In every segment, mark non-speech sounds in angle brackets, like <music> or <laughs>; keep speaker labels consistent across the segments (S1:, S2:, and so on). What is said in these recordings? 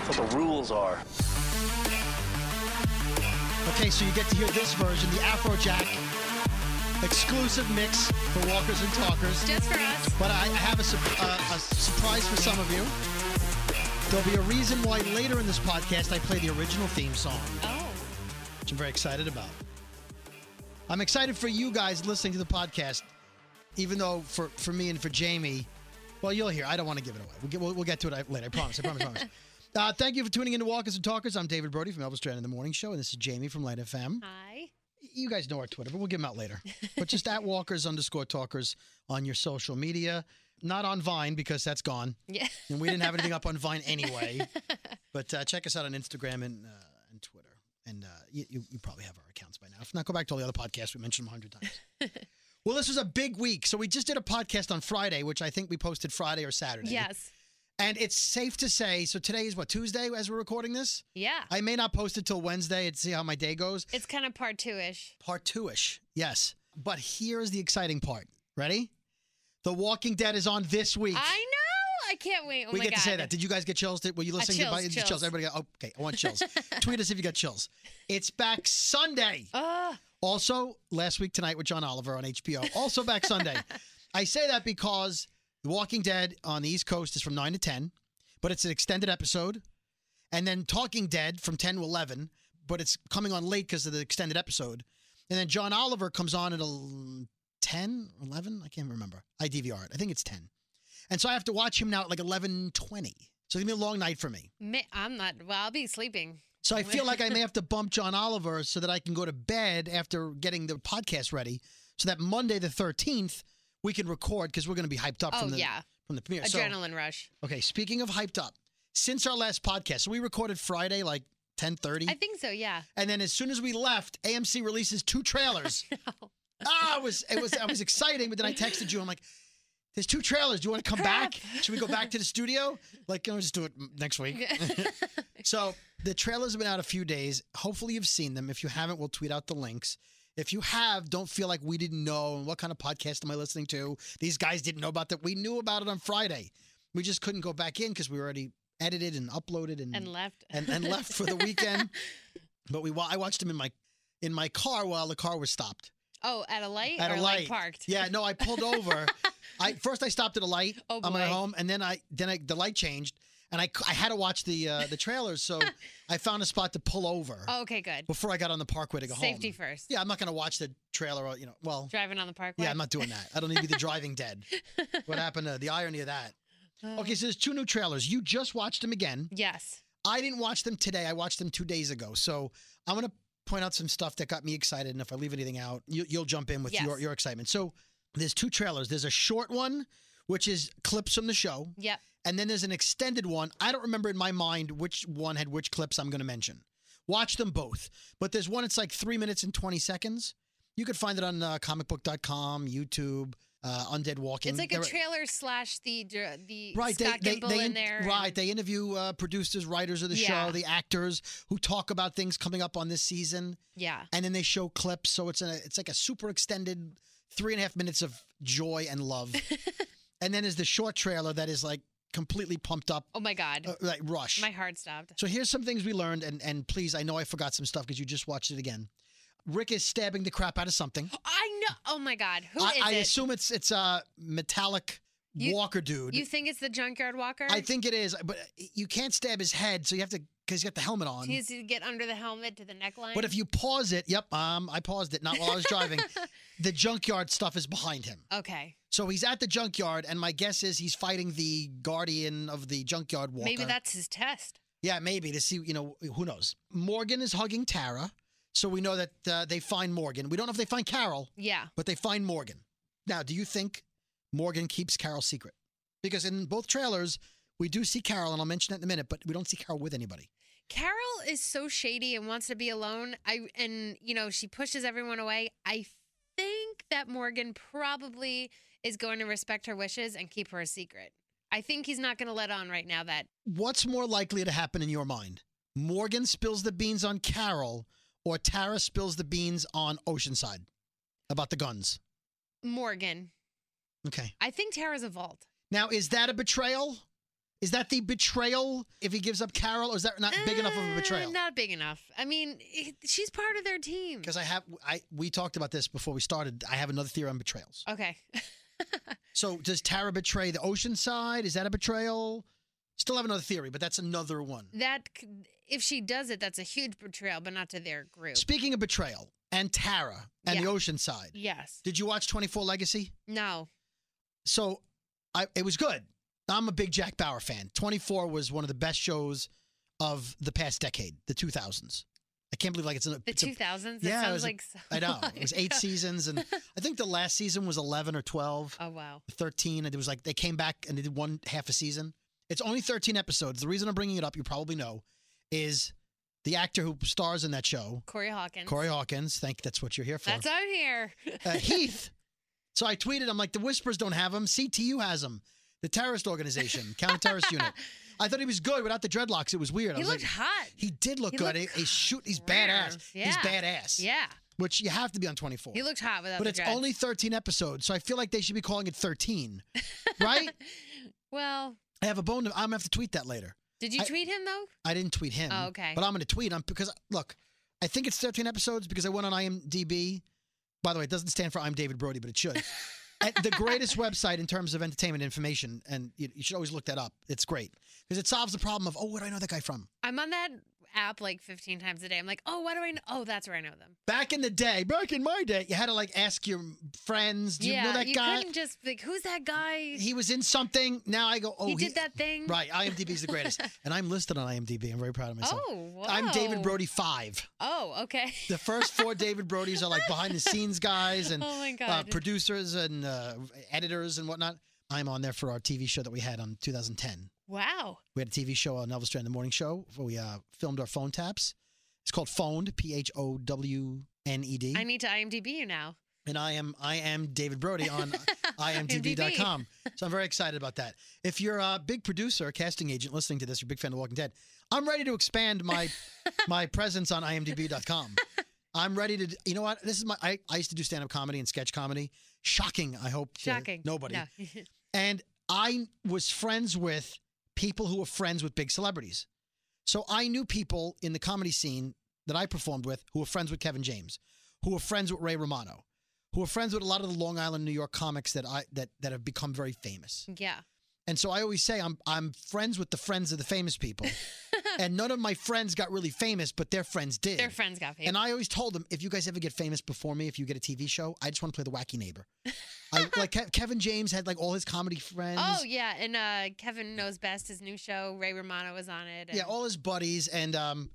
S1: skills are.
S2: Okay, so you get to hear this version, the Afrojack exclusive mix for Walkers and Talkers.
S3: Just for us.
S2: But I I have a, sup- uh, a surprise for some of you. There'll be a reason why later in this podcast I play the original theme song,
S3: Oh.
S2: which I'm very excited about. I'm excited for you guys listening to the podcast, even though for, for me and for Jamie, well, you'll hear. I don't want to give it away. We'll get, we'll, we'll get to it uh, later. I promise. I promise. I promise. Uh, thank you for tuning in to Walkers and Talkers. I'm David Brody from Elvis Strand in the Morning Show, and this is Jamie from Light FM
S3: Hi.
S2: you guys know our Twitter, but we'll give them out later. But just at Walkers underscore Talkers on your social media, not on Vine because that's gone,
S3: Yeah.
S2: and we didn't have anything up on
S3: <laughs>
S2: Vine anyway. But uh, check us out on Instagram and uh, and Twitter, and uh, you, you you probably have our accounts by now. If not, go back to all the other podcasts we mentioned them a hundred times.
S3: <laughs>
S2: well, this was a big week, so we just did a podcast on Friday, which I think we posted Friday or Saturday.
S3: Yes.
S2: and it's safe to say. So today is what Tuesday as we're recording this.
S3: Yeah.
S2: I may not post it till Wednesday and see how my day goes.
S3: It's kind of part two ish.
S2: Part two ish. Yes. But here's the exciting part. Ready? The Walking Dead is on this week.
S3: I know. I can't wait. Ah, Oh
S2: we
S3: my
S2: get
S3: God.
S2: to say that. Did you guys get chills? Did, were you listening
S3: chills,
S2: to
S3: chills.
S2: Everybody got, okay, I want
S3: <laughs>
S2: chills. Tweet us if you got chills. It's back Sunday.
S3: Oh,
S2: Also, last week tonight with John Oliver on HBO. Also back Sunday. I say that because The Walking Dead on the East Coast is from 9 to 10, but it's an extended episode. And then Talking Dead from 10 to 11, but it's coming on late because of the extended episode. And then John Oliver comes on at el- 10, 11? I can't remember. I DVR it. I think it's 10. And so I have to watch him now at like 11.20. So it's going to be a long night for me.
S3: ma- I'm not. Well, I'll be sleeping.
S2: So I feel like
S3: <laughs>
S2: I may have to bump John Oliver so that I can go to bed after getting the podcast ready, so that Monday the thirteenth we can record because we're going to be hyped up
S3: Oh,
S2: from the
S3: yeah.
S2: from the premiere.
S3: Adrenaline rush.
S2: So, okay, speaking of hyped up, since our last podcast, so we recorded Friday like ten thirty,
S3: I think so,
S2: <laughs>
S3: yeah.
S2: and then as soon as we left, AMC releases two
S3: <laughs>
S2: trailers.
S3: No.
S2: ah, it was it was I was exciting, but then I texted you. I'm like. There's two trailers. Do you want to come back? Should we go back to the studio? Like, can we just do it next week? So the trailers have been out a few days. Hopefully you've seen them. If you haven't, we'll tweet out the links. If you have, don't feel like we didn't know and what kind of podcast am I listening to? These guys didn't know about that. We knew about it on Friday. We just couldn't go back in because we already edited and uploaded and
S3: and left.
S2: and, and left for the weekend. But we wa- I watched them in my in my car while the car was stopped
S3: oh, at a light
S2: at
S3: or
S2: a
S3: like
S2: light.
S3: parked.
S2: Yeah, no, I pulled over.
S3: <laughs>
S2: I first I stopped at a light
S3: Oh,
S2: on my
S3: boy.
S2: home, and then I then I, the light changed, and I c- I had to watch the uh, the trailers,
S3: <laughs>
S2: so I found a spot to pull over
S3: Oh, okay, good.
S2: before I got on the parkway to go
S3: Safety
S2: home.
S3: first.
S2: Yeah, I'm not gonna watch the trailer. uh, You know, well,
S3: Driving on the parkway.
S2: yeah, I'm not doing that. I don't need to be the driving
S3: <laughs>
S2: dead. What happened to the irony of that?
S3: Oh.
S2: Okay, so there's two new trailers. You just watched them again.
S3: Yes.
S2: I didn't watch them today. I watched them two days ago. So I'm going to point out some stuff that got me excited. And if I leave anything out, you, you'll jump in with
S3: Yes.
S2: your, your excitement. So there's two trailers. There's a short one, which is clips from the show.
S3: Yep.
S2: And then there's an extended one. I don't remember in my mind which one had which clips I'm going to mention. Watch them both. But there's one that's like three minutes and 20 seconds. You could find it on uh, comicbook.com, YouTube, uh, Undead Walking.
S3: It's like a
S2: They're-
S3: trailer slash the dr- the
S2: right
S3: Scott
S2: they,
S3: Gimple
S2: they, they
S3: in
S2: in-
S3: there. and-
S2: right they interview uh, producers writers of the
S3: Yeah.
S2: show the actors who talk about things coming up on this season
S3: Yeah.
S2: and then they show clips so it's a it's like a super extended three and a half minutes of joy and
S3: <laughs>
S2: love and then there's the short trailer that is like completely pumped up
S3: Oh my God.
S2: uh, like rush
S3: my heart stopped.
S2: so here's some things we learned and and please i know i forgot some stuff because you just watched it again rick is stabbing the crap out of something
S3: I know. Oh my God. <gasps> Who is
S2: I, I
S3: it?
S2: assume it's it's a metallic
S3: You-
S2: walker dude
S3: you think it's the junkyard walker?
S2: I think it is, but uh, you can't stab his head, so you have to because he's got the helmet on.
S3: He needs to get under the helmet to the neckline.
S2: But if you pause it, yep, um, I paused it, not while I was driving. the junkyard stuff is behind him,
S3: okay,
S2: so he's at the junkyard, and my guess is he's fighting the guardian of the junkyard walker.
S3: maybe that's his test.
S2: yeah, maybe to see you know who knows. Morgan is hugging Tara, so we know that uh, they find Morgan. We don't know if they find Carol,
S3: Yeah.
S2: but they find Morgan. Now, do you think Morgan keeps Carol secret? Because in both trailers, we do see Carol, and I'll mention that in a minute, but we don't see Carol with anybody.
S3: Carol is so shady and wants to be alone. I and you know she pushes everyone away. I think that Morgan probably is going to respect her wishes and keep her a secret. I think he's not going to let on right now that
S2: What's more likely to happen in your mind? Morgan spills the beans on Carol, or Tara spills the beans on Oceanside about the guns?
S3: Morgan.
S2: Okay.
S3: I think Tara's a vault.
S2: Now, is that a betrayal? Is that the betrayal if he gives up Carol, or is that not big enough of a
S3: Uh,
S2: betrayal?
S3: Not big enough. I mean, it- she's part of their team.
S2: Because I have, I we talked about this before we started. I have another theory on betrayals.
S3: Okay.
S2: So does Tara betray the ocean side? Is that a betrayal? Still have another theory, but that's another one.
S3: That c- if she does it, that's a huge betrayal, but not to their group.
S2: Speaking of betrayal and Tara and the
S3: Yeah.
S2: ocean side,
S3: Yes.
S2: did you watch Twenty Four Legacy?
S3: No.
S2: So, I it was good. I'm a big Jack Bauer fan. Twenty Four was one of the best shows of the past decade, the 2000s. I can't believe like it's an.
S3: The
S2: it's a-
S3: two thousands.
S2: yeah, it
S3: it sounds
S2: was a-
S3: like. So
S2: I know it was
S3: long <laughs>
S2: eight
S3: ago.
S2: seasons, and I think the last season was 11 or 12.
S3: Oh wow.
S2: 13 and it was like they came back and they did one half a season it's only 13 episodes the reason i'm bringing it up you probably know is the actor who stars in that show
S3: Corey Hawkins.
S2: corey hawkins think that's what you're here for
S3: That's out
S2: <laughs>
S3: here.
S2: uh, heath so i tweeted i'm like the whispers don't have him ctu has him the terrorist organization counter-terrorist
S3: <laughs>
S2: unit i thought he was good without the dreadlocks it was weird I
S3: he
S2: was
S3: looked
S2: like,
S3: hot.
S2: he did look
S3: he
S2: good
S3: looked
S2: He- he's shoot he's
S3: rare.
S2: badass he's
S3: Yeah.
S2: badass
S3: Yeah.
S2: which you have to be on 24
S3: He looked hot without
S2: but
S3: the
S2: it's
S3: dreads.
S2: only 13 episodes so i feel like they should be calling it 13
S3: <laughs>
S2: right
S3: Well,
S2: I have a bone. To, I'm gonna have to tweet that later.
S3: did you
S2: I-
S3: tweet him though?
S2: I didn't tweet him.
S3: Oh, okay.
S2: But I'm gonna tweet him because look, I think it's 13 episodes because I went on IMDb. By the way, it doesn't stand for I'm David Brody, but it
S3: <laughs>
S2: should. At the greatest website in terms of entertainment information, and you, you should always look that up. It's great because it solves the problem of oh, where do I know that guy from?
S3: I'm on that app like 15 times a day. I'm like, oh, why do I know? Oh, that's where I know them.
S2: Back in the day, back in my day, you had to like ask your friends, do you
S3: yeah,
S2: know that
S3: you
S2: guy?
S3: couldn't just be like, who's that guy? He,
S2: He was in something. Now I go, oh, he,
S3: did that thing.
S2: Right, IMDb's the
S3: <laughs>
S2: greatest, and I'm listed on IMDb. I'm very proud of myself.
S3: Oh, wow.
S2: I'm David Brody five.
S3: Oh, okay. <laughs>
S2: The first four David Brodies are like behind the scenes guys and
S3: <laughs> oh my
S2: uh,
S3: god.
S2: producers and uh, editors and whatnot. I'm on there for our TV show that we had on 2010.
S3: wow.
S2: We had a TV show on Elvis Duran the Morning Show where we uh, filmed our phone taps. It's called Phoned, P H O W N E D.
S3: I need to IMDb you now.
S2: And I am I am David Brody on imdb.com. So I'm very excited about that. If you're a big producer, a casting agent listening to this, you're a big fan of Walking Dead, I'm ready to expand my my presence on imdb.com. I'm ready to you know what? This is my I, I used to do stand-up comedy and sketch comedy. Shocking, I hope. to
S3: Shocking.
S2: nobody.
S3: No. <laughs>
S2: And I was friends with people who were friends with big celebrities. So I knew people in the comedy scene that I performed with who were friends with Kevin James, who were friends with Ray Romano, who were friends with a lot of the Long Island, New York comics that I that that have become very famous.
S3: yeah.
S2: And so I always say I'm I'm friends with the friends of the famous
S3: <laughs>
S2: people. and none of my friends got really famous, but their friends did.
S3: Their friends got paid.
S2: And I always told them, if you guys ever get famous before me, if you get a TV show, I just want to play the wacky
S3: <laughs>
S2: neighbor. I, like Ke- Kevin James had like all his comedy friends.
S3: oh yeah, and uh, Kevin knows best. His new show. Ray Romano was on it. And
S2: Yeah, all his buddies and um,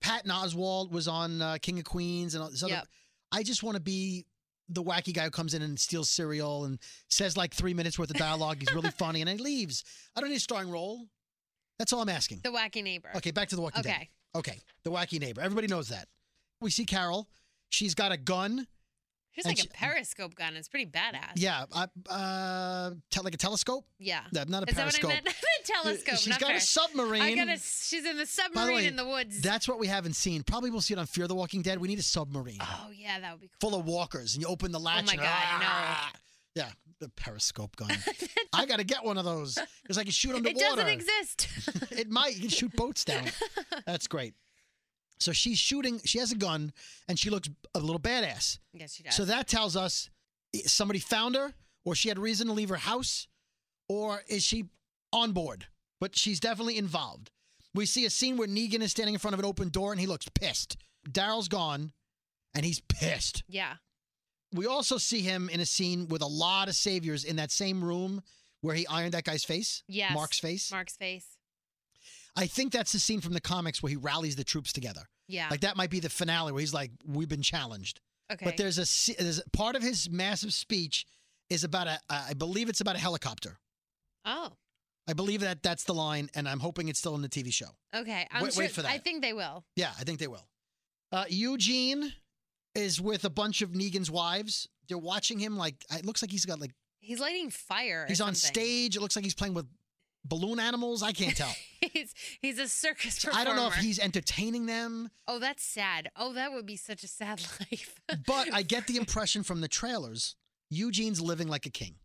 S2: Patton Oswald was on uh, King of Queens and all this other.
S3: Yep.
S2: I just want to be the wacky guy who comes in and steals cereal and says like three minutes worth of dialogue. He's
S3: <laughs>
S2: really funny and he leaves. I don't need a starring role. That's all I'm asking.
S3: the Wacky Neighbor.
S2: Okay, back to the Walking Dead.
S3: Okay.
S2: Okay, the wacky neighbor. Everybody knows that. We see Carol. She's got a gun.
S3: Here's
S2: And
S3: like
S2: she-
S3: a periscope gun. It's pretty badass.
S2: Yeah, uh, uh, te- like a telescope.
S3: Yeah.
S2: No, not a
S3: Is
S2: periscope.
S3: that what I meant? <laughs> I meant telescope.
S2: She's
S3: not
S2: got a
S3: periscope.
S2: submarine.
S3: I got a. She's in the submarine
S2: way,
S3: in the woods.
S2: That's what we haven't seen. Probably we'll see it on Fear the Walking Dead. We need a submarine.
S3: oh yeah, that would be cool.
S2: full of walkers and you open the latch
S3: Oh my
S2: and
S3: God, no.
S2: ah! <laughs> yeah the periscope gun i gotta get one of those because i can shoot
S3: <laughs> It
S2: underwater
S3: doesn't exist.
S2: <laughs>
S3: <laughs>
S2: it might you can shoot boats down that's great so she's shooting she has a gun and she looks a little badass
S3: yes, she does.
S2: so that tells us i- somebody found her or she had reason to leave her house or is she on board but she's definitely involved we see a scene where negan is standing in front of an open door and he looks pissed daryl's gone and he's pissed
S3: yeah.
S2: we also see him in a scene with a lot of saviors in that same room where he ironed that guy's face,
S3: Yes.
S2: Mark's face.
S3: Mark's face.
S2: I think that's the scene from the comics where he rallies the troops together.
S3: Yeah.
S2: Like that might be the finale where he's like, "We've been challenged."
S3: okay.
S2: But there's a se- there's a- part of his massive speech is about a I believe it's about a helicopter.
S3: oh.
S2: I believe that that's the line, and I'm hoping it's still in the TV show.
S3: Okay. I'm
S2: Wait-
S3: sure,
S2: wait for
S3: I
S2: that.
S3: think they will.
S2: Yeah, I think they will. Uh, Eugene is with a bunch of Negan's wives. They're watching him like it looks like he's got like.
S3: He's lighting fire. or
S2: He's on
S3: something.
S2: stage. It looks like he's playing with balloon animals. I can't tell.
S3: <laughs> He's he's a circus performer.
S2: I don't know if he's entertaining them,
S3: Oh, that's sad. Oh, that would be such a sad <laughs> life. <laughs>
S2: but I get the impression from the trailers Eugene's living like a king.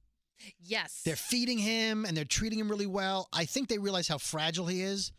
S3: Yes.
S2: They're feeding him and they're treating him really well. I think they realize how fragile he is.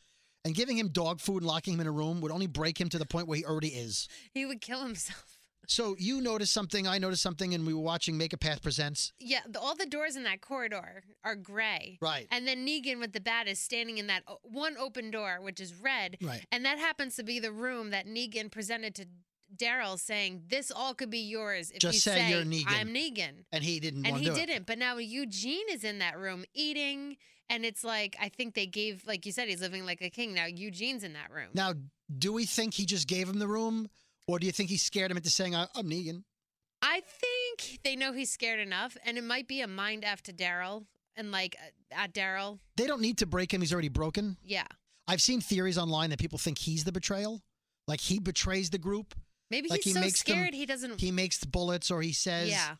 S2: And giving him dog food and locking him in a room would only break him to the point where he already is.
S3: he would kill himself.
S2: So you noticed something, I noticed something, and we were watching Make a Path Presents.
S3: Yeah, the, all the doors in that corridor are gray.
S2: Right.
S3: And then Negan with the bat is standing in that o- one open door, which is red.
S2: Right.
S3: And that happens to be the room that Negan presented to Daryl, saying, This all could be yours if
S2: Just
S3: you
S2: say you're Negan."
S3: I'm Negan.
S2: And he didn't
S3: And
S2: want
S3: he
S2: to do
S3: didn't. But now Eugene is in that room eating. And it's like, I think they gave, like you said, he's living like a king. Now Eugene's in that room.
S2: it. Now, do we think he just gave him the room? Or do you think he scared him into saying, "I- I'm Negan?
S3: I think they know he's scared enough. And it might be a mind F to Daryl. And like, uh, at Daryl.
S2: They don't need to break him. He's already broken.
S3: Yeah.
S2: I've seen theories online that people think he's the betrayal. Like he betrays the group.
S3: Maybe
S2: Like, he
S3: he's so
S2: makes them-
S3: scared he doesn't.
S2: He makes the bullets or he says,
S3: Hmm. yeah.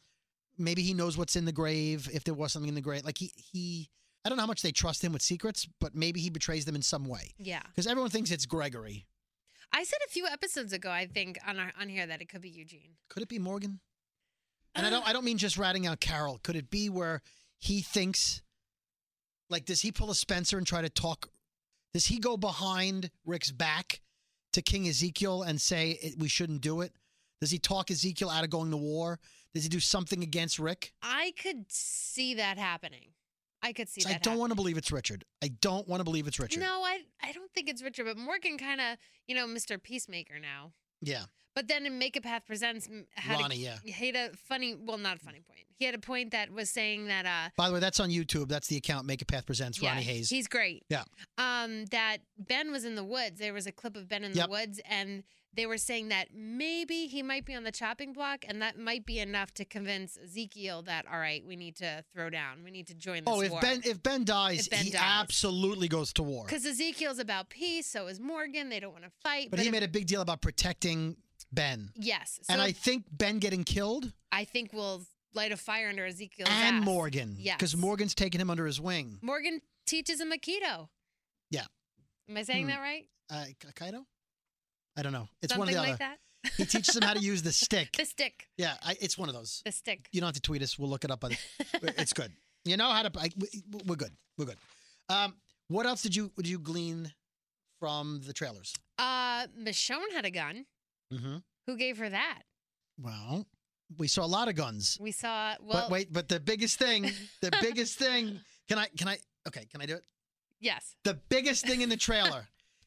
S2: maybe he knows what's in the grave if there was something in the grave like he he i don't know how much they trust him with secrets but maybe he betrays them in some way
S3: Yeah.
S2: because everyone thinks it's gregory
S3: I said a few episodes ago, I think, on our, on here that it could be Eugene.
S2: could it be morgan and
S3: Uh.
S2: i don't i don't mean just ratting out carol could it be where he thinks like does he pull a spencer and try to talk does he go behind rick's back to king ezekiel and say "It- we shouldn't do it does he talk ezekiel out of going to war does he do something against rick
S3: I could see that happening. I could see that.
S2: i don't want to believe it's richard i don't want to believe it's richard
S3: No, I I don't think it's Richard, but Morgan kind of, you know, Mr. Peacemaker now.
S2: yeah
S3: But then in Make a Path Presents, m- had
S2: Lonnie, yeah.
S3: a, had a funny, well, not a funny point. He had a point that was saying that uh,
S2: By the way, that's on YouTube. That's the account Make a Path Presents Ronnie
S3: Yeah,
S2: Hayes.
S3: He's great.
S2: Yeah.
S3: Um, that Ben was in the woods. There was a clip of Ben in
S2: Yep.
S3: the woods, and they were saying that maybe he might be on the chopping block, and that might be enough to convince Ezekiel that all right, we need to throw down. We need to join this
S2: Oh, if
S3: war.
S2: Ben if Ben dies,
S3: If Ben
S2: he
S3: dies.
S2: absolutely goes to war.
S3: because Ezekiel's about peace, so is Morgan. They don't want to fight.
S2: But he
S3: if-
S2: made a big deal about protecting Ben.
S3: yes. So
S2: and I
S3: if-
S2: think Ben getting killed
S3: I think we'll light a fire under Ezekiel's
S2: and
S3: ass.
S2: Morgan. Because
S3: Yes.
S2: Morgan's taking him under his wing.
S3: Morgan teaches him Aikido.
S2: Yeah.
S3: Am I saying
S2: Hmm.
S3: that right?
S2: Uh, K- Kaido? I don't know. It's
S3: Something
S2: one of the
S3: like
S2: other.
S3: that.
S2: He teaches him how to use the stick.
S3: <laughs> The stick.
S2: yeah, I, it's one of those.
S3: The stick.
S2: You don't have to tweet us. We'll look it up.
S3: <laughs>
S2: On, it's good. You know how to. I, we- we're good. We're good. Um, what else did you did you glean from the trailers?
S3: Uh, Michonne had a gun.
S2: Mm-hmm.
S3: Who gave her that?
S2: Well, we saw a lot of guns.
S3: We saw. Well,
S2: but wait, but the biggest thing,
S3: <laughs>
S2: the biggest thing, can I can I okay, can I do it?
S3: yes,
S2: The biggest thing in the
S3: <laughs>
S2: trailer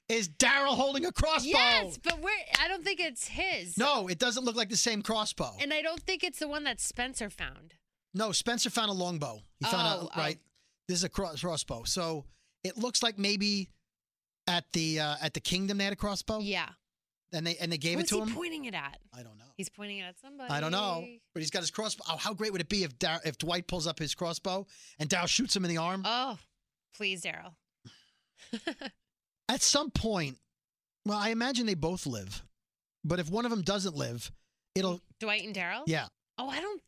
S2: is Daryl holding a crossbow.
S3: yes, but we're. I don't think it's his.
S2: No, it doesn't look like the same crossbow.
S3: and I don't think it's the one that Spencer found.
S2: no, Spencer found a longbow. He found
S3: Oh,
S2: a right.
S3: oh.
S2: This is a cross, crossbow. So it looks like maybe at the uh, at the kingdom they had a crossbow
S3: Yeah,
S2: and they and they gave
S3: who's
S2: it to
S3: he
S2: him.
S3: pointing it at?
S2: I don't know.
S3: He's pointing it at somebody.
S2: I don't know, but he's got his crossbow. Oh, how great would it be if Dar- if Dwight pulls up his crossbow and Daryl shoots him in the arm?
S3: Oh, please, Daryl.
S2: at some point, well, I imagine they both live, but if one of them doesn't live, it'll
S3: Dwight and Daryl.
S2: yeah.
S3: Oh, I don't.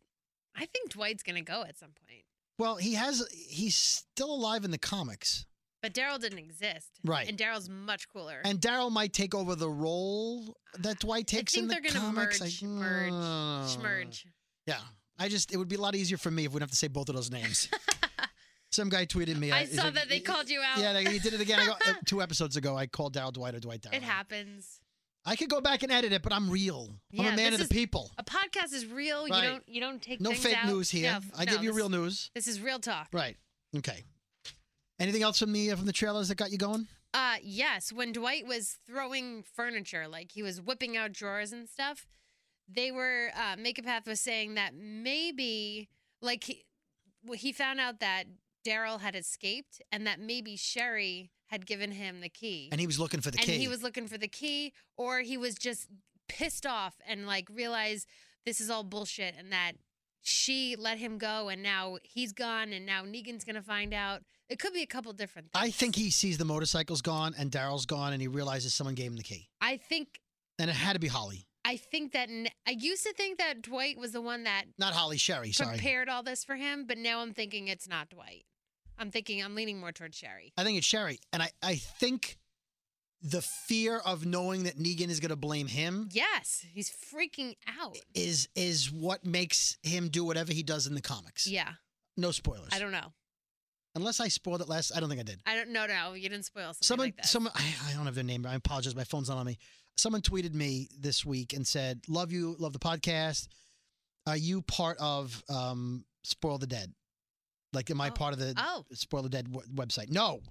S3: I think Dwight's gonna go at some point,
S2: Well, he has he's still alive in the comics,
S3: but Daryl didn't exist.
S2: Right.
S3: And Daryl's much cooler.
S2: and Daryl might take over the role that Dwight takes
S3: think
S2: in the
S3: they're gonna
S2: comics. uh, oh.
S3: merge- merge- Schmerge.
S2: Yeah, I just it would be a lot easier for me if we don't have to say both of those
S3: <laughs>
S2: names. some guy tweeted me. uh,
S3: I
S2: is
S3: saw
S2: it-
S3: that they
S2: y-
S3: called you out.
S2: Yeah, they, you did it again. I go,
S3: <laughs>
S2: uh, two episodes ago, I called Daryl Dwight or Dwight Daryl.
S3: it happens.
S2: I could go back and edit it, but I'm real. I'm
S3: Yeah,
S2: a man of
S3: this
S2: the
S3: is-
S2: people.
S3: A podcast is real.
S2: Right.
S3: You don't. You don't take
S2: No
S3: things
S2: fake
S3: out.
S2: news here.
S3: No,
S2: I
S3: no,
S2: give you
S3: this-
S2: real news.
S3: This is real talk.
S2: Right. Okay. Anything else from the uh, from the trailers that got you going?
S3: Uh yes, when Dwight was throwing furniture, like he was whipping out drawers and stuff, they were uh Make a Path was saying that maybe like he well, he found out that Daryl had escaped and that maybe Sherry had given him the key.
S2: And he was looking for the
S3: and
S2: key.
S3: he was looking for the key or he was just pissed off and like realized this is all bullshit and that she let him go and now he's gone and now Negan's going to find out. It could be a couple different things.
S2: I think he sees the motorcycle's gone and Daryl's gone, and he realizes someone gave him the key.
S3: I think
S2: And it had to be Holly,
S3: I think that n- I used to think that Dwight was the one that
S2: not Holly Sherry. Sorry,
S3: prepared all this for him, but now I'm thinking it's not Dwight. I'm thinking I'm leaning more towards Sherry.
S2: I think it's Sherry. And I I think the fear of knowing that Negan is going to blame him
S3: Yes, he's freaking out.
S2: is is what makes him do whatever he does in the comics.
S3: Yeah,
S2: No spoilers.
S3: I don't know.
S2: Unless I spoiled it last. I don't think I did.
S3: I don't. No, no, you didn't spoil something
S2: Someone,
S3: like that.
S2: someone. I, I don't have their name. I apologize. My phone's not on me. Someone tweeted me this week and said, "Love you. Love the podcast. Are you part of um, Spoil the Dead? Like, am I
S3: Oh.
S2: part of the
S3: oh,
S2: Spoil the Dead w- website? No,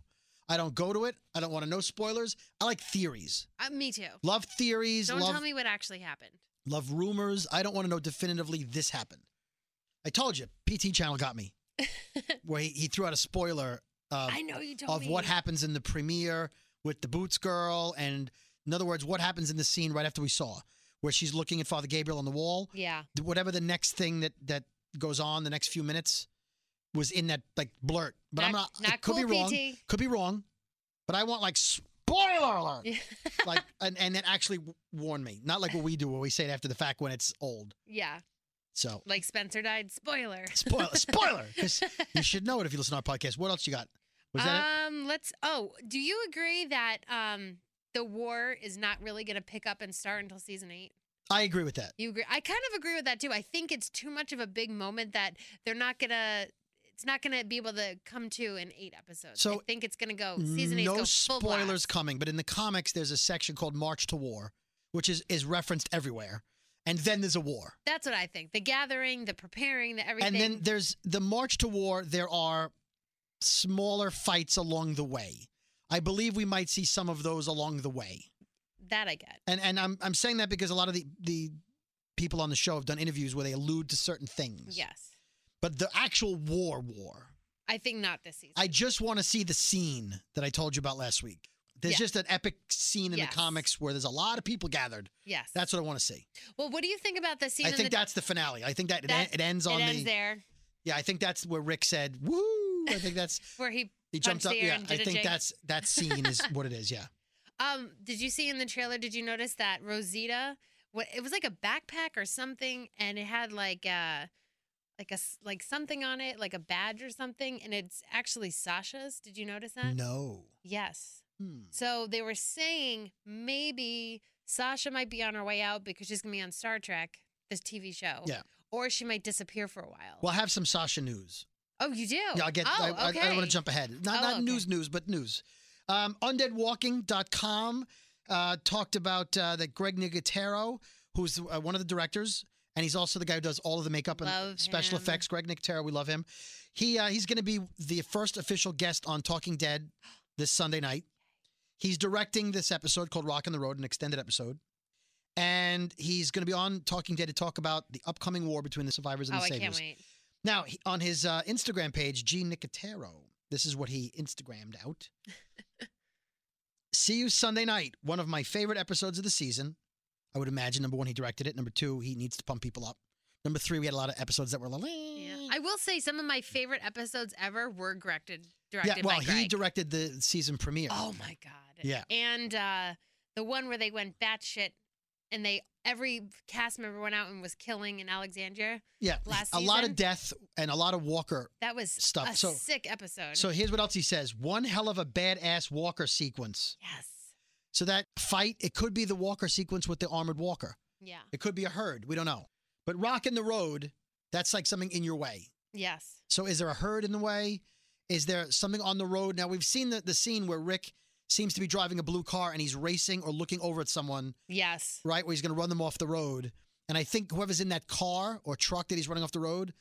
S2: I don't go to it. I don't want to know spoilers. I like theories.
S3: uh, me too.
S2: Love theories.
S3: Don't
S2: love
S3: tell me what actually happened.
S2: love rumors. I don't want to know definitively this happened. I told you, PT Channel got
S3: <laughs>
S2: me, where he, he threw out a spoiler of,
S3: I know you told
S2: of
S3: me.
S2: what happens in the premiere with the Boots girl, and in other words, what happens in the scene right after we saw, where she's looking at Father Gabriel on the wall.
S3: Yeah.
S2: Whatever the next thing that that goes on, the next few minutes was in that like blurt. But I'm not.
S3: Not-
S2: it
S3: not
S2: could be
S3: cool,
S2: wrong.
S3: PT.
S2: Could be wrong. But I want like spoiler alert
S3: Yeah.
S2: <laughs>
S3: <laughs>
S2: like and, and then actually w- warn me not like what we do where we say it after the fact when it's old
S3: yeah.
S2: so
S3: Like Spencer died. Spoiler. <laughs>
S2: spoiler spoiler 'cause you should know it if you listen to our podcast what else you got was that
S3: um, let's. Oh, do you agree that um the war is not really going to pick up and start until season eight?
S2: it? i agree with that
S3: You agree? I kind of agree with that too. I think it's too much of a big moment that they're not gonna. It's not gonna be able to come to in eight episodes. I
S2: So,
S3: think it's gonna go Oh, season eight.
S2: no
S3: go full blast.
S2: spoilers coming but in the comics there's a section called march to war which is is referenced everywhere and then there's a war
S3: That's what I think. The gathering, the preparing, the everything.
S2: and then there's the march to war there are smaller fights along the way i believe we might see some of those along the way
S3: that I get.
S2: and and I'm I'm saying that because a lot of the the people on the show have done interviews where they allude to certain things.
S3: Yes,
S2: But the actual war, war.
S3: I think not this season.
S2: I just want to see the scene that I told you about last week. There's
S3: Yeah.
S2: just an epic scene in
S3: Yes.
S2: the comics where there's a lot of people gathered.
S3: yes.
S2: That's what I want to see.
S3: well. What do you think about the scene?
S2: I
S3: in
S2: think
S3: the,
S2: that's the finale. I think that it,
S3: That-
S2: en- it ends on
S3: it ends
S2: the
S3: there
S2: yeah. I think that's where Rick said woo. I think that's
S3: where he. <laughs>
S2: he jumped
S3: Punched
S2: up.
S3: the air
S2: Yeah,
S3: and
S2: I
S3: did a
S2: think
S3: jig.
S2: that's that scene is what it is.
S3: <laughs>
S2: Yeah.
S3: Um, did you see in the trailer? Did you notice that Rosita? What it was like a backpack or something, and it had like uh like a s- like something on it, like a badge or something, and it's actually Sasha's. Did you notice that?
S2: No.
S3: Yes.
S2: Hmm.
S3: So they were saying maybe Sasha might be on her way out because she's gonna be on Star Trek, this TV show.
S2: Yeah.
S3: Or she might disappear for a while.
S2: Well, I have some Sasha news.
S3: oh, you do.
S2: Yeah, I'll get.
S3: Oh,
S2: I, I- I don't want
S3: okay.
S2: to jump ahead. Not,
S3: Oh,
S2: not
S3: okay.
S2: news, news, but news. Um, UndeadWalking.com uh, talked about uh, that Greg Nicotero, who's uh, one of the directors, and he's also the guy who does all of the makeup and
S3: Love
S2: special
S3: him.
S2: effects. Greg Nicotero, we love him. He uh, he's going to be the first official guest on Talking Dead this Sunday night. He's directing this episode called Rock on the Road, an extended episode. And he's going to be on Talking Dead to talk about the upcoming war between the survivors and
S3: Oh,
S2: the
S3: I
S2: saviors.
S3: can't wait.
S2: Now, he- on his uh, Instagram page, G Nicotero, this is what he Instagrammed
S3: <laughs>
S2: out. See you Sunday night, one of my favorite episodes of the season. I would imagine number one, he directed it. Number two, he needs to pump people up. Number three, we had a lot of episodes that were like,
S3: Yeah. I will say some of my favorite episodes ever were directed
S2: yeah.
S3: directed
S2: Well,
S3: by
S2: he
S3: Greg.
S2: directed the season premiere.
S3: Oh my god.
S2: Yeah.
S3: And uh the one where they went batshit and they every cast member went out and was killing in Alexandria.
S2: yeah,
S3: last
S2: a lot
S3: season?
S2: of death and a lot of Walker
S3: That was
S2: Stuff.
S3: a
S2: So-
S3: sick episode.
S2: So here's what else he says: one hell of a badass Walker sequence.
S3: yes.
S2: So that fight, it could be the Walker sequence with the armored Walker.
S3: Yeah.
S2: It could be a herd. We don't know. But rocking the road, that's like something in your way.
S3: Yes.
S2: So is there a herd in the way? Is there something on the road? Now we've seen the, the scene where Rick seems to be driving a blue car and he's racing or looking over at someone,
S3: Yes.
S2: right? Where he's gonna run them off the road. And I think whoever's in that car or truck that he's running off the road,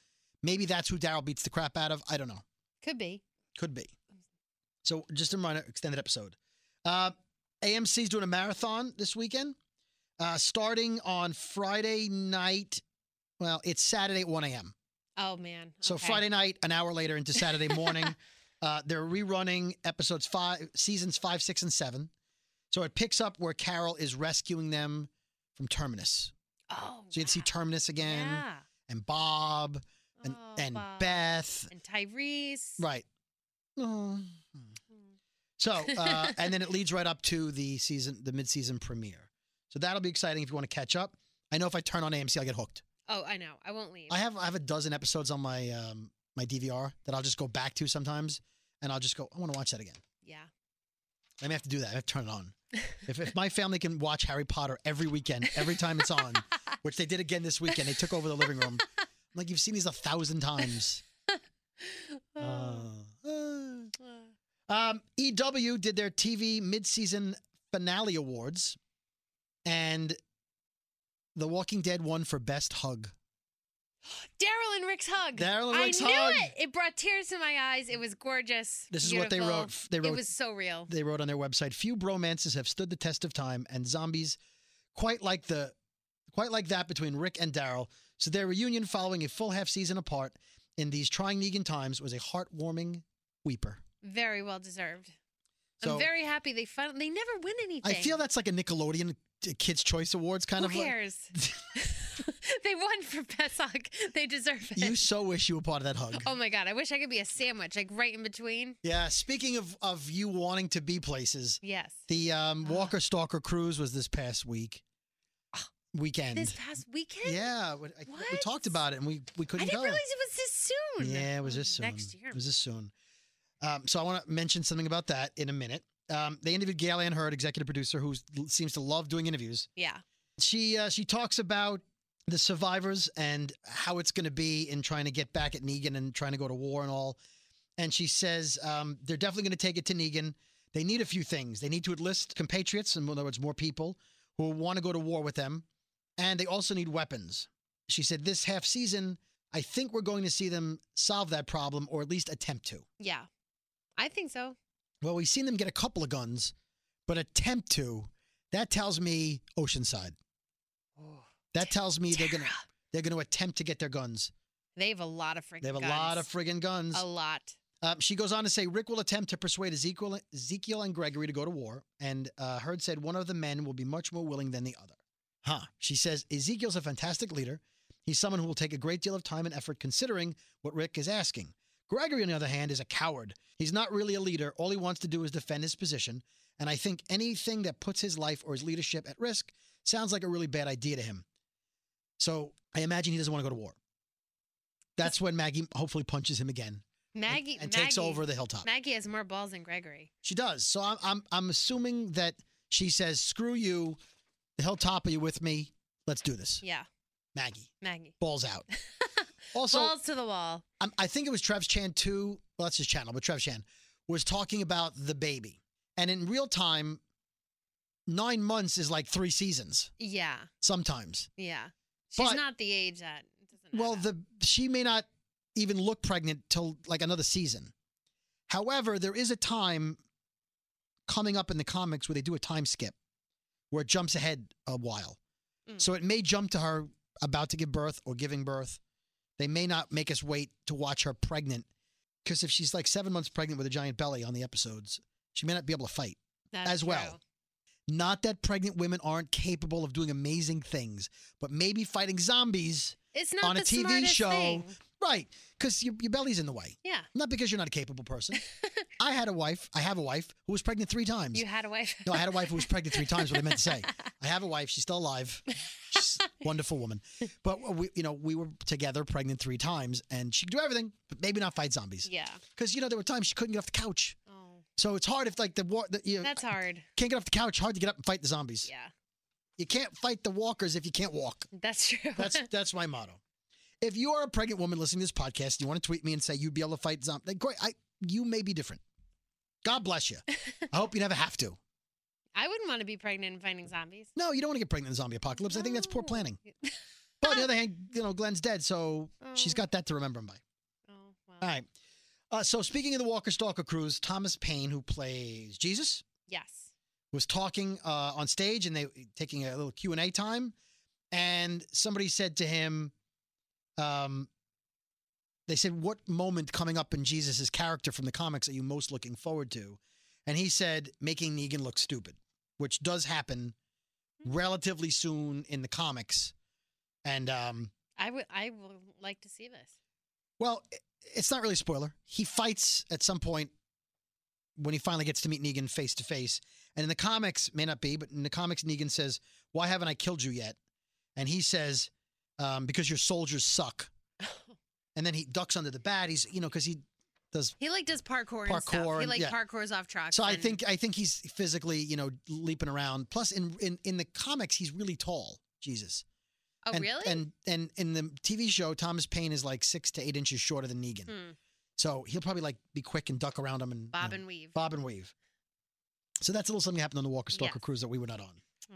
S2: maybe that's who Daryl beats the crap out of. I don't know.
S3: Could be.
S2: Could be. So just a minor extended episode. Uh, AMC's doing a marathon this weekend, uh, starting on Friday night. Well, it's Saturday at 1 a.m.
S3: Oh man.
S2: So
S3: Okay.
S2: Friday night, an hour later into
S3: <laughs>
S2: Saturday morning, uh, they're rerunning episodes five, seasons five, six, and seven. So it picks up where Carol is rescuing them from Terminus.
S3: Oh.
S2: So you get to see
S3: wow.
S2: Terminus again,
S3: Yeah.
S2: and Bob, and,
S3: Oh,
S2: and
S3: Bob.
S2: Beth.
S3: and Tyrese.
S2: Right. Oh.
S3: Mm.
S2: So, uh, and then it leads right up to the season, the mid-season premiere. So that'll be exciting if you want to catch up. I know if I turn on AMC, I'll get hooked.
S3: Oh, I know. I won't leave.
S2: I have I have a dozen episodes on my um, my DVR that I'll just go back to sometimes, and I'll just go. I want to watch that again.
S3: yeah.
S2: I may have to do that. I have to turn it on. If, if my family can watch Harry Potter every weekend, every time it's on, which they did again this weekend, they took over the living room. I'm like, you've seen these a thousand times. Uh, uh. Um, EW did their TV midseason finale awards, and The Walking Dead won for best hug.
S3: Daryl and Rick's hug.
S2: Daryl and Rick's
S3: I knew
S2: hug.
S3: it. It brought tears to my eyes. It was gorgeous.
S2: This is what they
S3: beautiful.
S2: wrote. F- They
S3: It
S2: wrote.
S3: was so real.
S2: they wrote on their website. Few bromances have stood the test of time, and zombies, quite like the, quite like that between Rick and Daryl. So their reunion, following a full half season apart in these trying Negan times, was a heartwarming weeper.
S3: Very well deserved.
S2: So
S3: I'm very happy they fin- They never win anything.
S2: I feel that's like a Nickelodeon uh, Kids Choice Awards kind
S3: Who
S2: of. like- <laughs>
S3: cares? <laughs> they won for best hug. They deserve it.
S2: you so wish you were part of that
S3: <laughs>
S2: hug.
S3: oh my god! I wish I could be a sandwich, like right in between.
S2: Yeah. Speaking of of you wanting to be places,
S3: Yes.
S2: the um,
S3: Ah.
S2: Walker Stalker cruise was this past week, weekend.
S3: This past weekend.
S2: yeah, we, I- we
S3: What?
S2: talked about it and we we
S3: I
S2: couldn't
S3: didn't
S2: go.
S3: realize it was this soon.
S2: Yeah, it was this soon.
S3: Next year.
S2: It was this soon. Um, so I want to mention something about that in a minute. Um, they interviewed Gail Ann Hurd, executive producer, who seems to love doing interviews.
S3: yeah.
S2: She uh, she talks about the survivors and how it's going to be in trying to get back at Negan and trying to go to war and all. And she says um, they're definitely going to take it to Negan. They need a few things. They need to enlist compatriots, in other words, more people who want to go to war with them, and they also need weapons. She said this half season, I think we're going to see them solve that problem or at least attempt to.
S3: Yeah. I think so.
S2: Well, we've seen them get a couple of guns, but attempt to. That tells me Oceanside. That tells me they're gonna
S3: Tara.
S2: they're gonna attempt to get their guns.
S3: They have a lot of freaking.
S2: They have a lot of friggin' guns.
S3: a lot.
S2: Um, she goes on to say Rick will attempt to persuade Ezekiel, Ezekiel and Gregory to go to war, and uh, Heard said one of the men will be much more willing than the other. Huh? She says Ezekiel's a fantastic leader. He's someone who will take a great deal of time and effort considering what Rick is asking. Gregory, on the other hand, is a coward. He's not really a leader. All he wants to do is defend his position. And I think anything that puts his life or his leadership at risk sounds like a really bad idea to him. So I imagine he doesn't want to go to war. That's when Maggie hopefully punches him again and-
S3: Maggie
S2: and, takes
S3: Maggie-
S2: over the hilltop.
S3: Maggie has more balls than Gregory.
S2: She does. So I'm, I'm I'm assuming that she says, "Screw you, the hilltop. Are you with me? Let's do this."
S3: Yeah,
S2: Maggie
S3: Maggie.
S2: balls
S3: <laughs>
S2: out. Also,
S3: balls to the wall.
S2: I'm, I think it was Trev Chan too. Well, that's his channel, but Trev Chan was talking about the baby, and in real time, nine months is like three seasons
S3: Yeah,
S2: sometimes.
S3: yeah. She's
S2: But-
S3: not the age that. it doesn't
S2: Well,
S3: matter.
S2: the she may not even look pregnant till like another season. However, there is a time coming up in the comics where they do a time skip where it jumps ahead a while.
S3: Mm.
S2: So it may jump to her about to give birth or giving birth. They may not make us wait to watch her pregnant because if she's like seven months pregnant with a giant belly on the episodes, she may not be able to fight.
S3: That's
S2: as well.
S3: true.
S2: Not that pregnant women aren't capable of doing amazing things, but maybe fighting zombies,
S3: It's not
S2: on a
S3: the
S2: TV
S3: smartest
S2: show-
S3: thing.
S2: right? Because your, your belly's in the way.
S3: Yeah,
S2: Not because you're not a capable
S3: <laughs>
S2: person. I had a wife, I have a wife who was pregnant three times.
S3: you had a wife.
S2: No, I had a wife who was pregnant three times. What I meant to say, I have a wife. She's still alive. She's
S3: <laughs>
S2: a wonderful woman. But we, you know, we were together, pregnant three times, and she could do everything, but maybe not fight zombies.
S3: <laughs> yeah.
S2: Because you know there were times she couldn't get off the couch.
S3: Oh,
S2: So it's hard if like the war, the, you
S3: that's hard.
S2: can't get off the couch. Hard to get up and fight the zombies.
S3: Yeah,
S2: You can't fight the walkers if you can't walk.
S3: that's true.
S2: That's that's my motto. If you are a pregnant woman listening to this podcast, and you want to tweet me and say you'd be able to fight zombies. Like, great, I you may be different. God bless
S3: <laughs>
S2: you. I hope you never have to.
S3: <laughs> I wouldn't want to be pregnant and finding zombies.
S2: No, you don't want to get pregnant in the zombie apocalypse. I think that's poor
S3: No. <laughs>
S2: planning. But on the other hand, you know, Glenn's dead, so she's
S3: Oh.
S2: got that to remember him by.
S3: Oh, wow.
S2: All right. Uh, so speaking of the Walker Stalker cruise, Thomas Paine, who plays Jesus,
S3: Yes.
S2: was talking uh, on stage, and they taking a little Q and A time, and somebody said to him, um, they said, "What moment coming up in Jesus' character from the comics are you most looking forward to?" And he said, "Making Negan look stupid," which does happen relatively soon in the comics, and um,
S3: I would. I would like to see this. <laughs>
S2: well, i- it's not really a spoiler. He fights at some point when he finally gets to meet Negan face to face. And in the comics, may not be, but in the comics, Negan says, Why haven't I killed you yet? And he says, um, Because your soldiers suck. And then he ducks under the bat. He's, you know, because he does.
S3: he like does parkour. and stuff.
S2: Parkour
S3: He
S2: and-
S3: like
S2: yeah.
S3: parkours off tracks.
S2: So I
S3: and-
S2: think I think he's physically, you know, leaping around. Plus, in in, in the comics, he's really tall. Jesus.
S3: Oh
S2: and,
S3: really?
S2: And and in the TV show, Thomas Paine is like six to eight inches shorter than Negan.
S3: Hmm.
S2: So he'll probably like be quick and duck around him and you
S3: Bob
S2: know,
S3: and Weave.
S2: bob and weave. So that's a little something that happened on the Walker Stalker
S3: Yes.
S2: cruise that we were not on.
S3: Oh.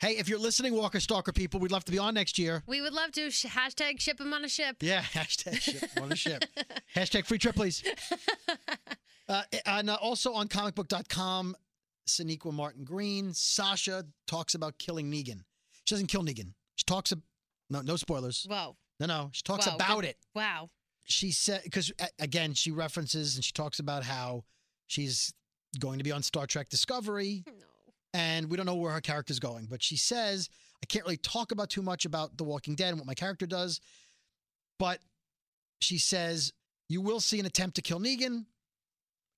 S2: Hey, if you're listening, Walker Stalker people, we'd love to be on next year.
S3: We would love to sh- hashtag ship him on a ship.
S2: Yeah, <laughs> hashtag ship on a ship. Hashtag free trip, please. Uh, and uh, also on comicbook.com, Sonequa Martin Green, Sasha talks about killing Negan. She doesn't kill Negan. She talks about, no, no spoilers.
S3: Whoa!
S2: No, no. She talks
S3: Wow,
S2: about it.
S3: Wow!
S2: She said, because again, she references and she talks about how she's going to be on Star Trek Discovery
S3: No.
S2: and we don't know where her character's going. But she says, I can't really talk about too much about The Walking Dead and what my character does. But she says, You will see an attempt to kill Negan.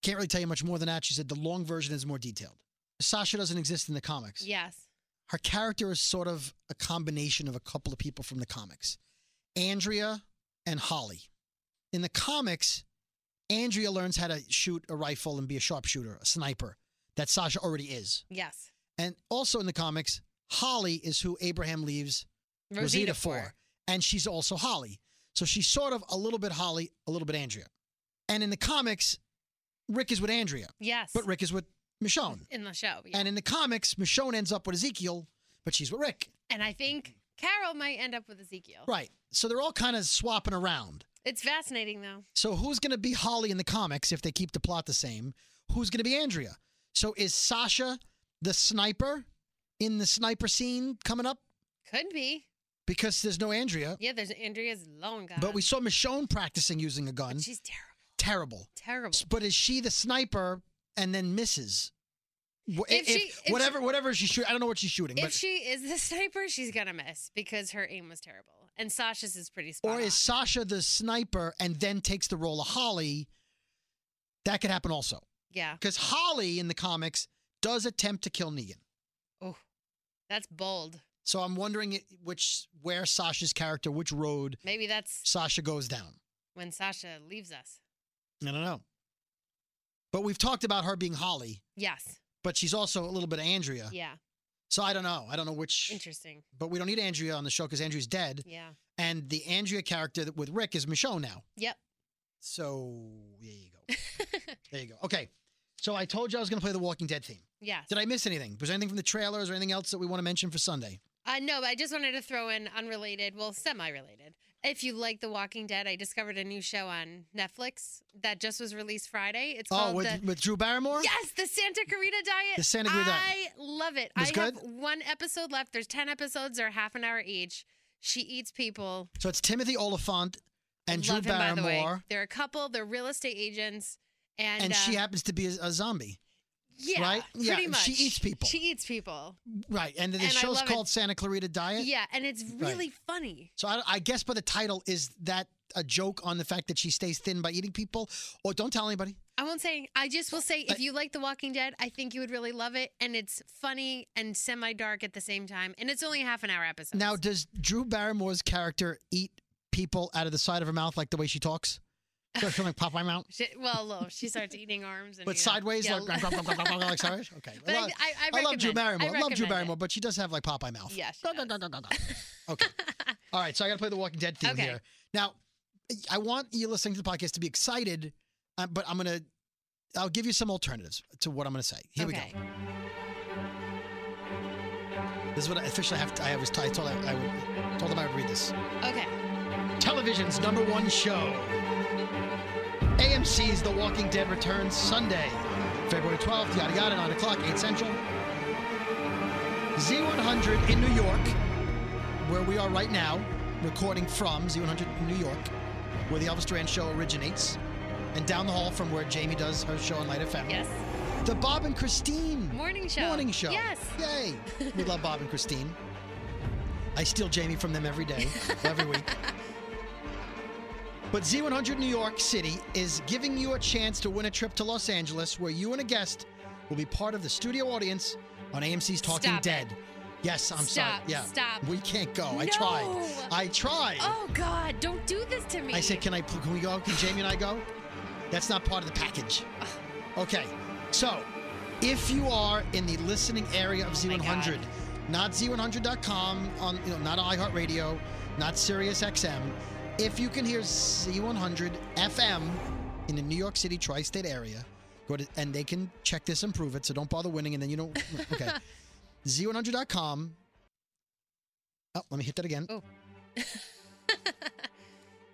S2: Can't really tell you much more than that. She said, The long version is more detailed. Sasha doesn't exist in the comics.
S3: Yes.
S2: Her character is sort of a combination of a couple of people from the comics Andrea and Holly. In the comics, Andrea learns how to shoot a rifle and be a sharpshooter, a sniper, that Sasha already is.
S3: Yes.
S2: And also in the comics, Holly is who Abraham leaves Rosita, for. And she's also Holly. So she's sort of a little bit Holly, a little bit Andrea. And in the comics, Rick is with Andrea,
S3: Yes.
S2: but Rick is with Michonne.
S3: in the show. Yeah.
S2: And in the comics, Michonne ends up with Ezekiel, but she's with Rick.
S3: and I think Carol might end up with Ezekiel.
S2: Right. So they're all kind of swapping around.
S3: It's fascinating though.
S2: So who's going to be Holly in the comics if they keep the plot the same? Who's going to be Andrea? So is Sasha the sniper in the sniper scene coming up?
S3: Could be.
S2: Because there's no Andrea.
S3: Yeah, there's Andrea's long gone.
S2: But we saw Michonne practicing using a gun.
S3: But she's terrible.
S2: Terrible.
S3: Terrible.
S2: But is she the sniper and then misses? Wh-
S3: If she- if she-
S2: whatever, whatever she shoot, I don't know what she's shooting.
S3: If
S2: But,
S3: she is <laughs> the sniper, she's gonna miss because her aim was terrible. And Sasha's is pretty spot
S2: or is
S3: on.
S2: Sasha the sniper and then takes the role of Holly? That could happen also
S3: yeah.
S2: because Holly in the comics does attempt to kill Negan.
S3: Oh, that's bold.
S2: So I'm wondering it- which where Sasha's character, which road
S3: Maybe that's
S2: Sasha goes down.
S3: when Sasha leaves us.
S2: I don't know. But we've talked about her being Holly,
S3: Yes.
S2: but she's also a little bit of Andrea.
S3: Yeah.
S2: So I don't know. I don't know which.
S3: Interesting.
S2: but we don't need Andrea on the show because Andrea's dead,
S3: Yeah.
S2: and the Andrea character that- with Rick is Michonne now.
S3: Yep.
S2: So there you go.
S3: <laughs>
S2: there you go. Okay. So I told you I was going to play the Walking Dead theme.
S3: Yes.
S2: Did I miss anything? Was there anything from the trailers or anything else that we want to mention for Sunday?
S3: Uh, no, but I just wanted to throw in unrelated, well, semi related. If you like The Walking Dead, I discovered a new show on Netflix that just was released Friday. It's
S2: Oh,
S3: called
S2: with,
S3: the,
S2: with Drew Barrymore.
S3: <laughs> Yes, the Santa Clarita Diet.
S2: The Santa Clarita Diet.
S3: I love it.
S2: Was
S3: I have
S2: good?
S3: one episode left. There's 10 episodes, they're half an hour each. She eats people.
S2: So it's Timothy Oliphant and Drew
S3: love him, by the way.
S2: Barrymore,
S3: They're a couple, they're real estate agents. And,
S2: and, she
S3: uh,
S2: happens to be a, a zombie,
S3: yeah,
S2: right? Yeah,
S3: pretty
S2: and
S3: much.
S2: she eats people.
S3: She eats people.
S2: right? And the, the
S3: And I
S2: show's
S3: love it.
S2: called Santa Clarita Diet.
S3: Yeah, and it's really funny.
S2: So I, I guess by the title, is that a joke on the fact that she stays thin by eating people? Or don't tell anybody.
S3: I won't say. I just will say,
S2: I-
S3: if you like The Walking Dead, I think you would really love it, and it's funny and semi-dark at the same time, and it's only a half an hour episode.
S2: Now, does Drew Barrymore's character eat people out of the side of her mouth like the way she
S3: <laughs>
S2: talks? Sort of like Popeye Mount,
S3: she, well, low, she starts eating arms, and
S2: but
S3: you know,
S2: sideways,
S3: yeah,
S2: like, like, like, like, like, like sideways. Okay.
S3: <laughs> But I,
S2: love-
S3: I, I,
S2: I love Drew
S3: recommend it.
S2: Barrymore. I, love Drew
S3: recommend it.
S2: Barrymore, but she does have like Popeye mouth.
S3: Yeah, she
S2: Go, go,
S3: does.
S2: go, go,
S3: <laughs>
S2: go, go. Okay. All right. So I got to play the Walking Dead theme
S3: Okay.
S2: here. Now, I want you listening to the podcast to be excited, uh, but I'm gonna, I'll give you some alternatives to what I'm gonna say. Here we go.
S3: Okay.
S2: This is what I officially have. To, I was. I told. I, I would. Told them I would read this.
S3: Okay.
S2: Television's number one show. AMC's The Walking Dead returns Sunday, February 12th. Yada yada. Nine o'clock. Eight central. Z100 in New York, where we are right now, recording from Z100 in New York, where the Elvis Duran show originates, and down the hall from where Jamie does her show on Light FM.
S3: Yes.
S2: The Bob and Christine
S3: Morning show.
S2: Morning show.
S3: Yes.
S2: Yay. We love Bob and Christine. I steal Jamie from them every
S3: <laughs>
S2: day, every week. But Z100 New York City is giving you a chance to win a trip to Los Angeles where you and a guest will be part of the studio audience on AMC's Talking
S3: Stop it.
S2: Dead. Yes, I'm sorry.
S3: Stop,
S2: Yeah.
S3: stop.
S2: We can't go. I
S3: No.
S2: tried. I tried.
S3: Oh God! Don't do this to me.
S2: I said, "Can I? Can we go? Can Jamie and I go?" That's not part of the package. Okay, so if you are in the listening area of
S3: Oh my
S2: Z100,
S3: God.
S2: not Z100.com, on you know, not iHeartRadio, not SiriusXM, if you can hear Z100 FM in the New York City tri-state area. Go to and they can check this and prove it. So don't bother winning, and then you don't.
S3: <laughs>
S2: Okay, z100.com. Oh, let me hit that again.
S3: Oh.
S2: <laughs>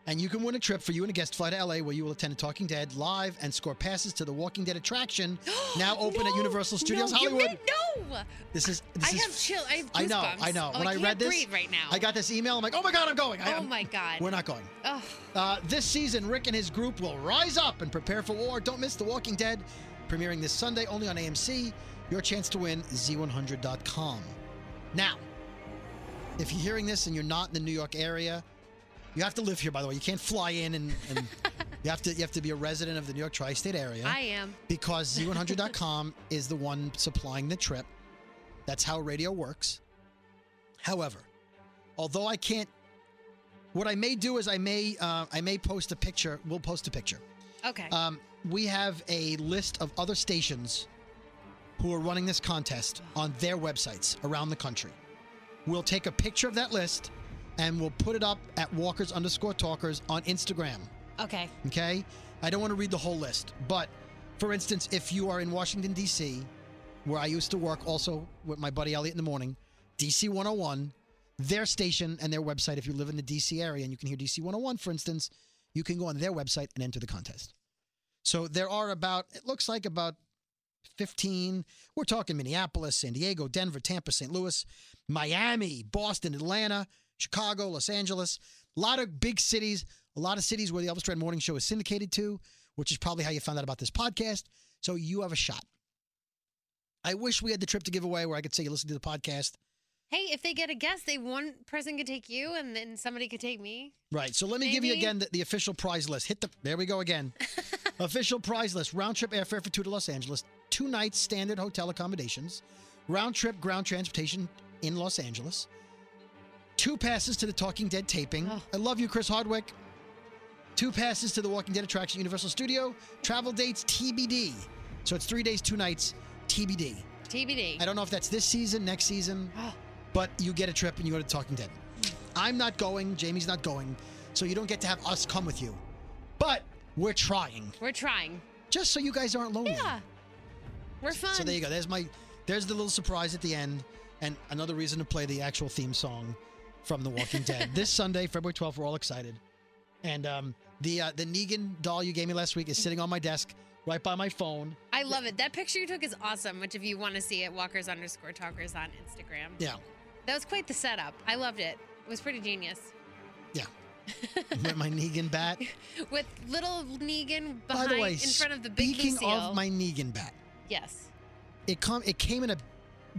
S2: and you can win a trip for you and a guest fly to LA, where you will attend a Talking Dead live and score passes to the Walking Dead
S3: <gasps>
S2: attraction. now open at
S3: No,
S2: Universal Studios
S3: no, you
S2: Hollywood.
S3: made- no,
S2: This is this
S3: I
S2: is
S3: have chill. I have
S2: I know,
S3: goosebumps.
S2: I know.
S3: Oh,
S2: When I
S3: I, can't
S2: read this,
S3: breathe right now.
S2: I got this email. I'm like, oh my god, I'm going. I,
S3: oh
S2: am
S3: my god.
S2: We're not going.
S3: oh,
S2: Uh, this season, Rick and his group will rise up and prepare for war. Don't miss The Walking Dead, premiering this Sunday only on AMC. Your chance to win z100.com. Now, if you're hearing this and you're not in the New York area, you have to live here. By the way, you can't fly in and, and
S3: <laughs>
S2: you have to you have to be a resident of the New York tri-state area
S3: I am.
S2: because Z100.com is the one supplying the trip. That's how radio works. However, although I can't, what I may do is I may uh, I may post a picture. We'll post a picture.
S3: Okay.
S2: Um, we have a list of other stations who are running this contest on their websites around the country. We'll take a picture of that list and we'll put it up at Walkers underscore Talkers on Instagram.
S3: okay.
S2: Okay? I don't want to read the whole list, but for instance, if you are in Washington, D.C., where I used to work also with my buddy Elliot in the morning, DC 101, their station and their website, if you live in the D.C. area and you can hear DC 101, for instance, you can go on their website and enter the contest. So there are about, it looks like about 15. We're talking Minneapolis, San Diego, Denver, Tampa, St. Louis, Miami, Boston, Atlanta, Chicago, Los Angeles. A lot of big cities, a lot of cities where the Elvis Duran Morning Show is syndicated to, which is probably how you found out about this podcast. So you have a shot. I wish we had the trip to give away where I could say you listen to the podcast.
S3: Hey, if they get a guess, they one person could take you, and then somebody could take me.
S2: Right. So let me give you
S3: Maybe.
S2: again the, the official prize list. Hit the there we go again. official prize list: round trip airfare for two to Los Angeles, two nights standard hotel accommodations, round trip ground transportation in Los Angeles, two passes to the Talking Dead taping.
S3: Oh.
S2: I love you, Chris Hardwick. Two passes to the Walking Dead attraction, Universal Studio. Travel dates TBD. So it's three days, two nights, TBD.
S3: TBD.
S2: I don't know if that's this season, next season
S3: Oh,
S2: but you get a trip and you go to Talking Dead. I'm not going, Jamie's not going, so you don't get to have us come with you. But we're trying,
S3: we're trying.
S2: just so you guys aren't lonely.
S3: Yeah. We're fun.
S2: So there you go. There's my, there's the little surprise at the end, and another reason to play the actual theme song from The Walking
S3: <laughs>
S2: Dead this Sunday, February 12th. We're all excited, and um, the uh, the Negan doll you gave me last week is sitting on my desk right by my phone.
S3: I love it. That picture you took is awesome, which if you want to see it, walkers underscore talkers on Instagram.
S2: Yeah,
S3: That was quite the setup. I loved it. It was pretty genius. <laughs>
S2: my, my Negan bat.
S3: With little Negan behind
S2: by the way,
S3: in front of the big
S2: speaking
S3: Lucille.
S2: of my Negan bat.
S3: yes.
S2: It come it came in a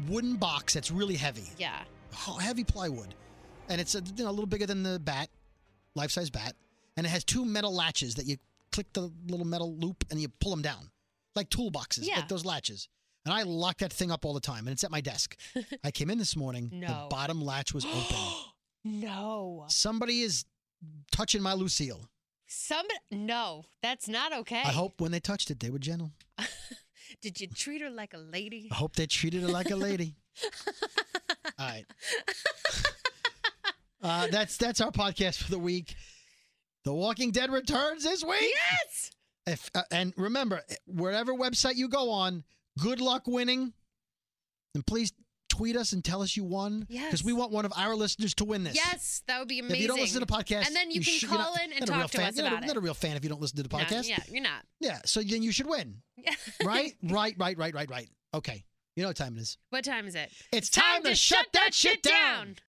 S2: wooden box that's really heavy,
S3: Yeah.
S2: oh, heavy plywood, and it's a, you know, a little bigger than the bat, life size bat, and it has two metal latches that you click the little metal loop and you pull them down, like toolboxes,
S3: Yeah.
S2: like those latches. And I lock that thing up all the time, and it's at my
S3: <laughs>
S2: desk. I came in this morning, the
S3: No.
S2: bottom latch was open.
S3: <gasps> no.
S2: Somebody is touching my Lucille.
S3: Somebody No, that's not okay.
S2: I hope when they touched it, they were gentle.
S3: Did you treat her like a lady?
S2: I hope they treated her like a
S3: <laughs>
S2: lady. All right. Uh, that's that's our podcast for the week. The Walking Dead returns this week.
S3: Yes.
S2: If, uh, and remember, wherever website you go on, good luck winning. And please tweet us and tell us you won. Because we
S3: Yes.
S2: want one of our listeners to win this.
S3: Yes, that would be amazing.
S2: If you don't listen to the podcast,
S3: And then you can
S2: you're
S3: call in and
S2: not a real
S3: talk to
S2: fan.
S3: us
S2: You're not,
S3: about
S2: a,
S3: it.
S2: not a real fan if you don't listen to the
S3: No,
S2: podcast.
S3: yeah, you're not.
S2: yeah. So then you should
S3: <laughs>
S2: win.
S3: Yeah.
S2: Right? right, right, right, right, right. Okay. You know what time it is.
S3: What time is it?
S2: It's time, to, shut that shit down.